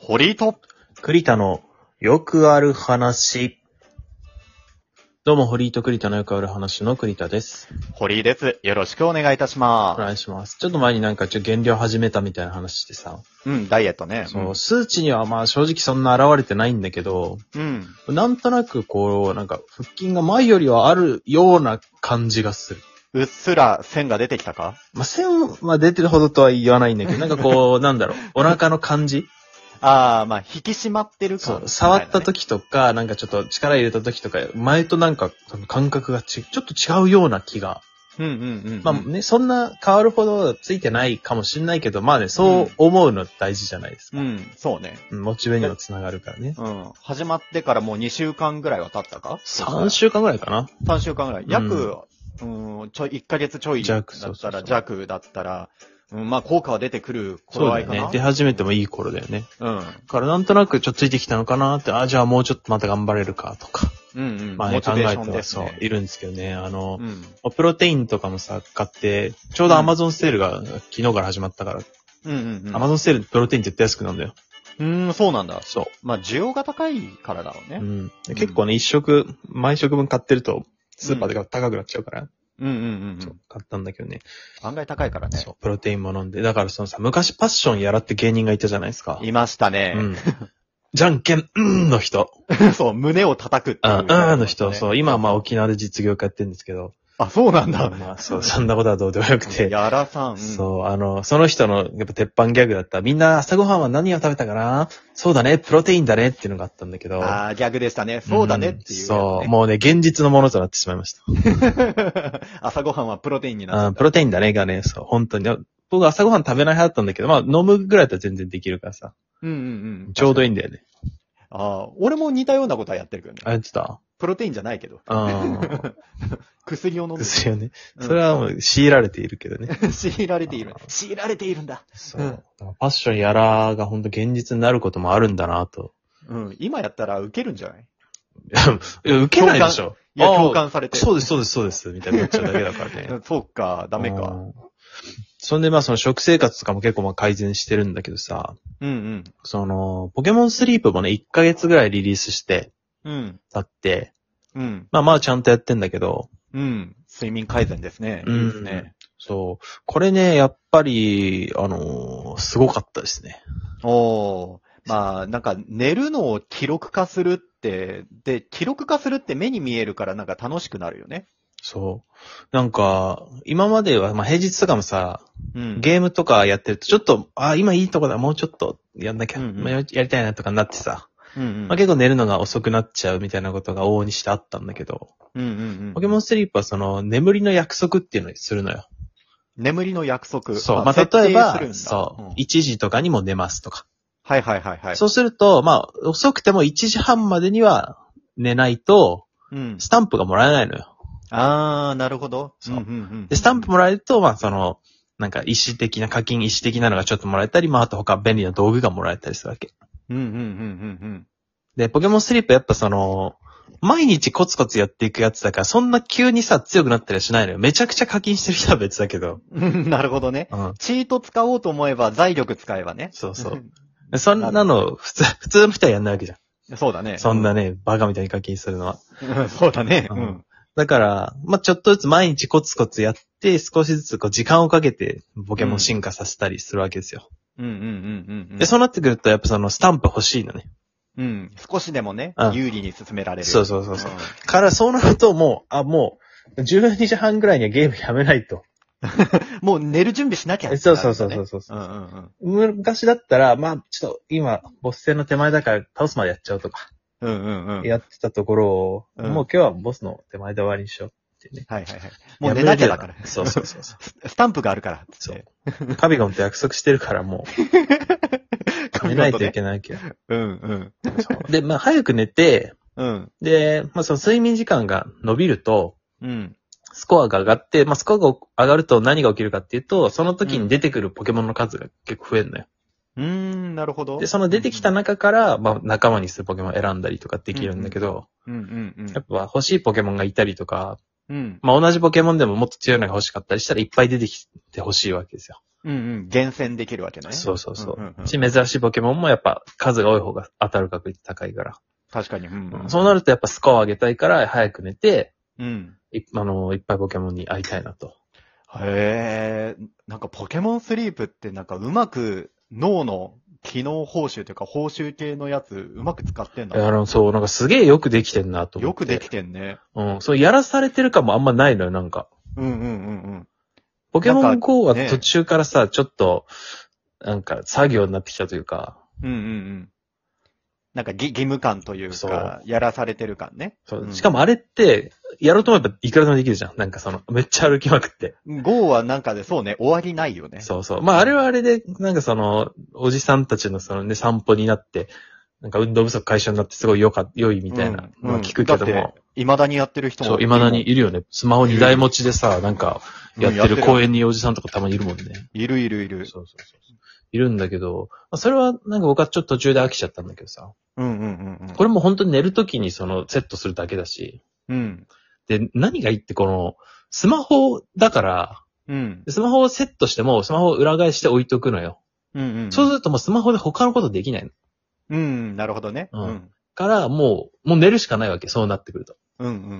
堀井と、栗田のよくある話。どうも、堀井と栗田のよくある話の栗田です。堀井です。よろしくお願いいたしおま願いします。ちょっと前になんかちょっと減量始めたみたいな話してさ、す。うん、ダイエットね。その数値にはまあ正直そんな現れてないんだけど、うん。なんとなくこう、なんか腹筋が前よりはあるような感じがする。うっすら線が出てきたかまあ、線は出てるほどとは言わないんだけど、なんか こう、なんだろう、お腹の感じああ、まあ、引き締まってるそ感、う、触ったとき時とか、なんかちょっと力入れた時とか、前となんか感覚がち、ちょっと違うような気がうんうんうんうん。まあね、そんな変わるほどついてないかもしんないけど、まあね、そう思うの大事じゃないですか。うん、そうね。うんモチベにもつながるからね。うん。始まってからもう2週間ぐらいは経ったか3週間ぐらいかな。 3週間ぐらい。約、うん、ちょい、1ヶ月ちょいだっ弱そうそたうそら、う弱だったら、うん、まあ、効果は出てくるそう頃合だいよかねな。。出始めてもいい頃だよね。うん。だからなんとなくちょっとついてきたのかなって、あ、じゃあもうちょっとまた頑張れるかとか。うんうん。まあモね、チ考ベえーてションではす、そうね。、いるんですけどね。あのう、ん。プロテインとかもさ、買って、ちょうど Amazon セールが昨日から始まったから、うんうんうん。 Amazon セールプロテイン絶対安くなるんだよ。うん、そうなんだ。そまあ、需要が高いからだろうう。うね。ん。で結構ね、一食、毎食分買ってると、スーパーで高くなっちゃうから、うんうんうんう。そうん買ったんだけどね。案外高いからねそ。う、プロテインも飲んで。だからそのさ、昔パッションやらって芸人がいたじゃないですか。いました うね。ん。じゃんけん、うんの人。 そう、胸を叩くってういん、ううね。んの人。そう、今はまあ沖縄で実業家やってるんですけど。あ、そうなんだ。まあそう、そんなことはどうでもよくて。 やらさん。うんそう、あの、その人のやっぱ鉄板ギャグだった。みんな朝ごはんは何を食べたかなそうだね、プロテインだねっていうのがあったんだけど。ああ、ギャグでしたね。そうだねっていうやつね。そう、もうね、現実のものとなってしまいました。 朝ごはんはプロテインになあっーてプロテインだねがね、そう、本当に。僕朝ごはん食べない派だったんだけど、まあ飲むぐらいだったら全然できるからさ。た。うんうんうん。ちょうどいい。いいんだよね。ああ、俺も似たようなことはやってるけどね。あ、やってたプロテインじゃないけど。うん。薬を飲んでる。薬をね。うんそれはもう強いられているけどね。 強いられている。強いられているんだ。そう。ファッションやらが本当現実になることもあるんだなと。うん。今やったら受けるんじゃないいや、受けないでしょ。いや、あー共感されて。そうです、そうです、そうです、みたいになっ ちゃうだけだからね。そうか、ダメうか。ん。そんでまあその食生活とかも結構まあ改善してるんだけどさ、うんその、ポケモンスリープもね、1ヶ月ぐらいリリースして、うん。うん。たって、うん。まあまあちゃんとやってんだけど、うん。睡眠改善ですね。うんいいですね。そう。これね、やっぱり、あのーすごかったですね。おー。まあ、なんか、寝るのを記録化するって、で、記録化するって目に見えるからなんか楽しくなるよね。そう。なんか、今までは、まあ平日とかもさ、うん。ゲームとかやってると、ちょっと、あ、今いいとこだ、もうちょっとやんなきゃ、うんうんまあややりたいなとかになってさ、うんうん。まあ、結構寝るのが遅くなっちゃうみたいなことが往々にしてあったんだけど、うんうんうん。ポケモンスリープはその、眠りの約束っていうのにするのよ。眠りの約束。そう。まあ、例えば、そそうう、ん。 1時とかにも寝ますとか。はいはいはいはい。そうすると、まあ、遅くても1時半までには寝ないと、うん。スタンプがもらえないのよ。あー、なるほど。そうんんんで、スタンプもらえると、まあ、その、なんか、石的な、課金石的なのがちょっともらえたり、まあ、あと他便利な道具がもらえたりするわけ。うんうんうんうんで、ポケモンスリープやっぱその、毎日コツコツやっていくやつだから、そんな急にさ、強くなったりはしないのよ。めちゃくちゃ課金してる人は別だけど。うんうん。 なるほどね。うん。チート使おうと思えば財力使えばね。そうそう。でそんなの、普通、普通の人はやんないわけじゃ そうだね。ん。そんなね、バカみたいに課金するのは。うん。 そうだね。ううんん。だから、まあ、ちょっとずつ毎日コツコツやって、少しずつこう、時間をかけて、ポケモン進化させたりするわけですよ。うんうんうんうん。で、そうなってくると、やっぱその、スタンプ欲しいのね。うん。少しでもねう、ん有利に進められる。そうそそうそうそう。ん。から、そうなると、もう、あ、もう、12時半ぐらいにはゲームやめないと。もう寝る準備しなきゃ、そうそうそうそうそう。うんうんうん。昔だったら、まあ、ちょっと今、ボス戦の手前だから倒すまでやっちゃうとか、うんうんうん。はいやってたところを、うんもう今日はボスの手前で終わりにしようってね。はいはい。もう寝なきゃだから。そうそうそうそススタンプがあるから。そ。う。カビゴンと約束してるからも う、寝ないといけないわけど。うんそうで、まあ、早く寝て、うん。うん。で、まあ、その睡眠時間が伸びると、うん。スコアが上がって、まあ、スコアが上がると何が起きるかっていうと、その時に出てくるポケモンの数が結構増えるのよ。うーん、なるほど。で、その出てきた中から、まあ、仲間にするポケモンを選んだりとかできるんだけど、うんうんうん。やっぱ欲しいポケモンがいたりとか、うん。まあ、同じポケモンでももっと強いのが欲しかったりしたらいっぱい出てきて欲しいわけですよ。ううんうん。厳選できるわけね。そうそうそう。んんんし、珍しいポケモンもやっぱ数が多い方が当たる確率高いから。確かに。うん、うん。そうなるとやっぱスコアを上げたいから早く寝て、うん。いあの、いっぱいポケモンに会いたいなと。へえ、なんかポケモンスリープってなんかうまく脳の機能報酬というか報酬系のやつうまく使ってんいやだ。あの、そう、なんかすげえよくできてんなと思よって。くできてんね。うん。そう、やらされてる感もあんまないのよ、なんか。うんうんうんポケモなんンか GO はね途中からさ、ちょっと、なんか作業になってきたというか、うん。うんうんうん。なんかぎ義務感というそうか、やらされてる感ね。そううんしかもあれって、やろうと思えばいくらでもできるじゃん。なんかその、めっちゃ歩きまくって。 GO はなんかでそうね、終わりないよね。そうそう。まああれはあれで、なんかその、おじさんたちのそのね、散歩になって、なんか運動不足解消になってすごい良か、良いみたいなうんのは聞くけども。うんだって未だにやってる人も。そう、未だにいるよね。スマホ2台持ちでさ、なんか、うんやってるや公園におじさんとかたまにいるもんね。いるいるいる。そうそうそう。いるんだけど、まあ、それはなんか僕はちょっと途中で飽きちゃったんだけどさ。うんうんうんうん。これも本当に寝るときにそのセットするだけだし。うん。で、何がいいってこの、スマホだから、うん。スマホをセットしても、スマホを裏返して置いとくのよ。うんうん。そうするともうスマホで他のことできないの。うん、なるほどね。ううんん。から、もう、もう寝るしかないわけ、そうなってくると。うんうんうんう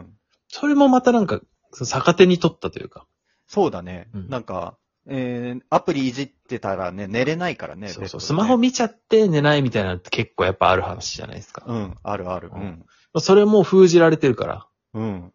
ん。それもまたなんか、その逆手に取ったというか。そうだね。うんなんか、えー、アプリいじってたらね、寝れないからね。そうそう。ベッスドでねマホ見ちゃって寝ないみたいなのって結構やっぱある話じゃないですか。うん、あるある。ううんん。それも封じられてるから。うん。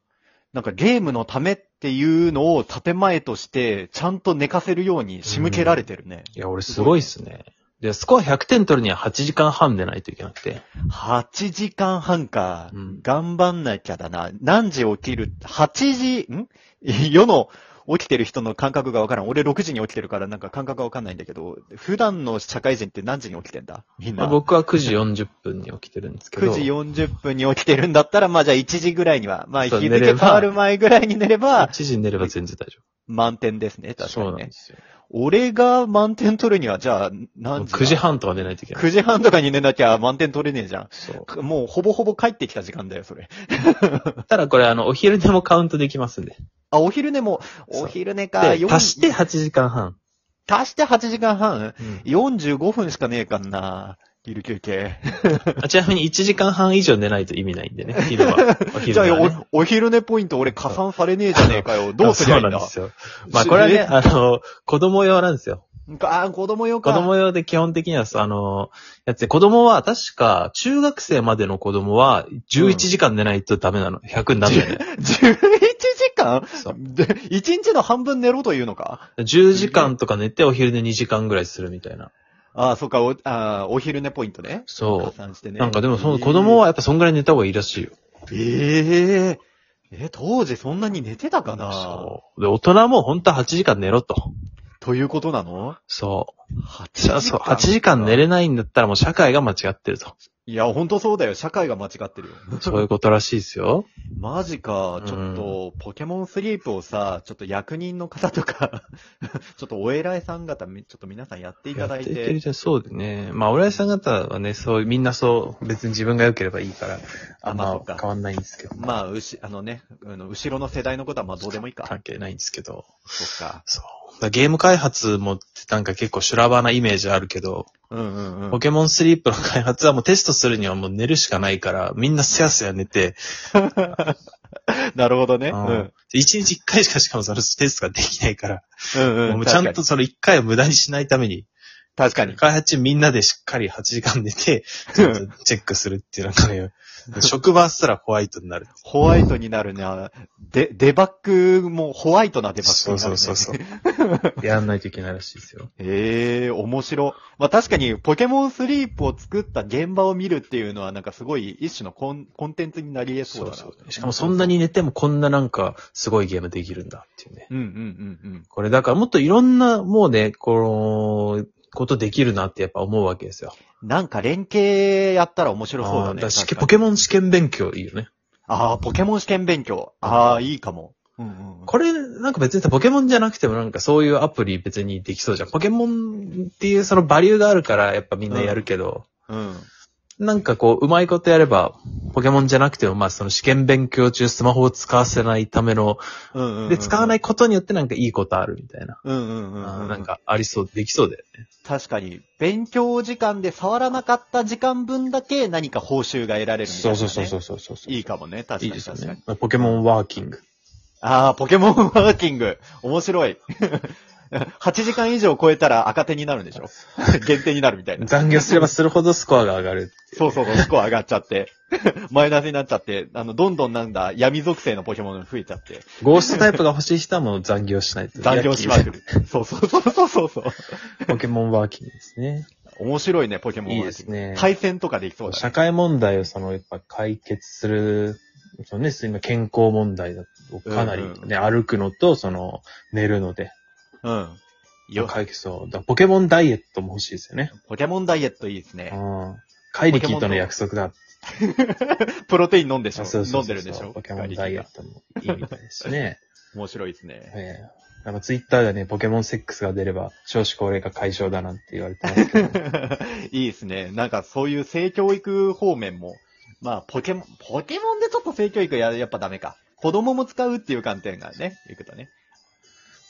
なんかゲームのためっていうのを建前として、ちゃんと寝かせるように仕向けられてるね。いや、俺すごいっすね。で、スコア100点取るには8時間半でないといけなくて。 8時間半か。うん頑張んなきゃだな。何時起きる ?8 時、ん世の起きてる人の感覚がわからん。俺6時に起きてるからなんか感覚がわかんないんだけど、普段の社会人って何時に起きてんだみんまあな。僕は9時40分に起きてるんですけど。 9時40分に起きてるんだったら、まあじゃあ1時ぐらいには、まあそう日寝付変ればわる前ぐらいに寝れば、 1時に寝れば全然大丈満点ですね、夫。確かそうになんねで。すよ。俺が満点取るには、じゃあ、何時だ9時。半とか寝ないといけない。 9時半とかに寝なきゃ満点取れねえじゃそん。もうほぼほぼ帰ってきた時間だよ、それ。う。ただこれあの、お昼寝もカウントできますんで。あ、お昼寝も、そうお昼寝か、で、よん足して8時間半。足して8時間半うん、 ?45 分しかねえかんな。昼休憩。あちなみに1時間半以上寝ないと意味ないん でね、昼は。おじ昼ゃ寝はね、あ、おお昼寝ポイント俺加算されねえじゃねえかよ。どうすりゃいいんそうなんだで。すよ。まあこれはね、あの、子供用なんですよ。あー、子供よか。子供用で基本的にはさ、あの、やつで、子供は確か、中学生までの子供は、11時間寝ないとダメなの。100になるよね。 11時間そうで、1日の半分寝ろというのか10時間とか寝て、お昼寝2時間ぐらいするみたいな。ああ、そっか、お、ああ、お昼寝ポイントね。加そ算してう。ね。なんかでも、その子供はやっぱそんぐらい寝た方がいいらしいよ。えー。えええ、当時そんなに寝てたかなそう。で、大人も本当は8時間寝ろと。ということなのそう。 ?8 時そう間。そう。8時間寝れないんだったらもう社会が間違っ てると。いや、ほんとそうだよ。社会が間違ってるよ。そういうことらしいですよ。マジか。ちょっと、ポケモンスリープをさ、ちょっと役人の方とか、 ちょっとお偉いさん方、みちょっと皆さんや っていただいやっててる。じゃん、そうでね。まあ、俺さん方はね、そう、みんなそう、別に自分が良ければいいから、あんまあまそっか変わんないんですけど。まあ、うし、あのね、あの後ろの世代のことはまあどうでもいいか。関係ないんですけど。そっか。そう。だからゲーム開発もなんか結構修羅場なイメージあるけど、うんうんうんポ。ケモンスリープの開発はもうテストするにはもう寝るしかないから、みんなすやすや寝て、なるほどね。ううんん。一日一回しかしかもそのテストができないから、うんもう。うんちゃんとその一回を無駄にしないために、確かに。開発中みんなでしっかり8時間寝て、ちょっとチェックするっていうのが ね、職場すらホワイトになる。ホワイトになるね。で、デバッグもホワイトなデバッグそうになそる、うね。そうそう。 やんないといけないらしいですよ。ええ面白。まあ確かに、ポケモンスリープを作った現場を見るっていうのは、なんかすごい一種のコンコンテンツになり得そうだな。しかもそんなに寝てもこんななんかすごいゲームできるんだっていうね。うんうんうんうん。これだからもっといろんなもうね、この、ことできるなってやっぱ思うわけですよ。なんか連携やったら面白そうだあーね。から試確か験にポケモン試験勉強いいよね。ああ、ポケモン試験勉強。ああ、いいかも。うんうんうん。これ、なんか別にさ、ポケモンじゃなくてもなんかそういうアプリ別にできそうじゃん。ポケモンっていうそのバリューがあるからやっぱみんなやるけど、うん。なんかこう、うまいことやれば、ポケモンじゃなくても、まあその試験勉強中スマホを使わせないための、うんうんうんうんで、使わないことによってなんかいいことあるみたいな。うんうんうんあうーん。なんかありそう、できそうだよね。確かに、勉強時間で触らなかった時間分だけ何か報酬が得られるみたいな、ね。うそうそういいかもね、確かいにいですよ確かに。ね。ポケモンワーキング。ああ、ポケモンワーキング。 面白い。8時間以上超えたら赤手になるん でしょ減点になるみたいな。残業すればするほどスコアが上がる。そうそうそう、スコア上がっちゃって。 マイナスになっちゃって、あの、どんどんなんだ、闇属性のポケモンが増えちゃって、 ゴーストタイプが欲しい人はもう残業しないと。残業しまくる。そうそうそうそうそうそう。 ポケモンワーキングですね。面白いね、ポケモンいいワでーキンすグ。ね。対戦とかできそうだね。社会問題をその、やっぱ解決する、そのね、今健康問題をかなりうんね、歩くのと、その、寝るので、うん。よ、解決そう。だからポケモンダイエットも欲しいですよね。ポケモンダイエットいいですね。うん。カイリキーとの約束だ。プロテイン飲んでしょあそうそうそう飲んでるんでしょポケモンダイエットもいいみたいですね。面白いですね。 ええなんかツイッターでね、ポケモンセックスが出れば少子高齢化解消だなんて言われてますけど。 いいですね。なんかそういう性教育方面も、まあポケモン、ポケモンでちょっと性教育ややっぱダメか。子供も使うっていう観点がね、いくとね。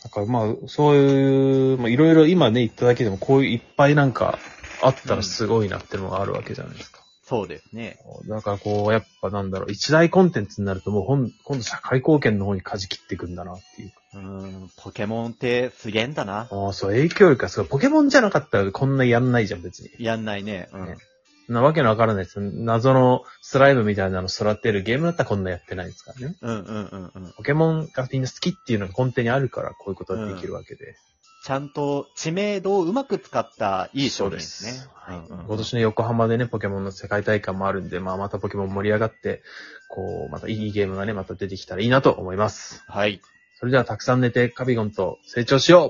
なんかまあ、そういう、まあいろいろ今ね、言っただけでも、こういういっぱいなんかあったらすごいなってのがあるわけじゃないですか。そうですね。だからこう、やっぱなんだろう、一大コンテンツになるともうほん、今度社会貢献の方に舵切っていくんだなっていうか。うーん、ポケモンってすげえんだな。ああ、そう、影響力がすごい。ポケモンじゃなかったらこんなやんないじゃん、別に。やんないね。うんね。なわけのわからないです。謎のスライムみたいなの育てるゲームだったらこんなやってないですからね。うんうんうんうん。ポケモンがみんな好きっていうのが根底にあるから、こういうことができるわけで。ちゃんと知名度をうまく使ったいい商そ品うでですすね。はいうんうん今年の横浜でね、ポケモンの世界大会もあるんで、まあまたポケモン盛り上がって、こう、またいいゲームがね、また出てきたらいいなと思います。はい。それではたくさん寝て、カビゴンと成長しよう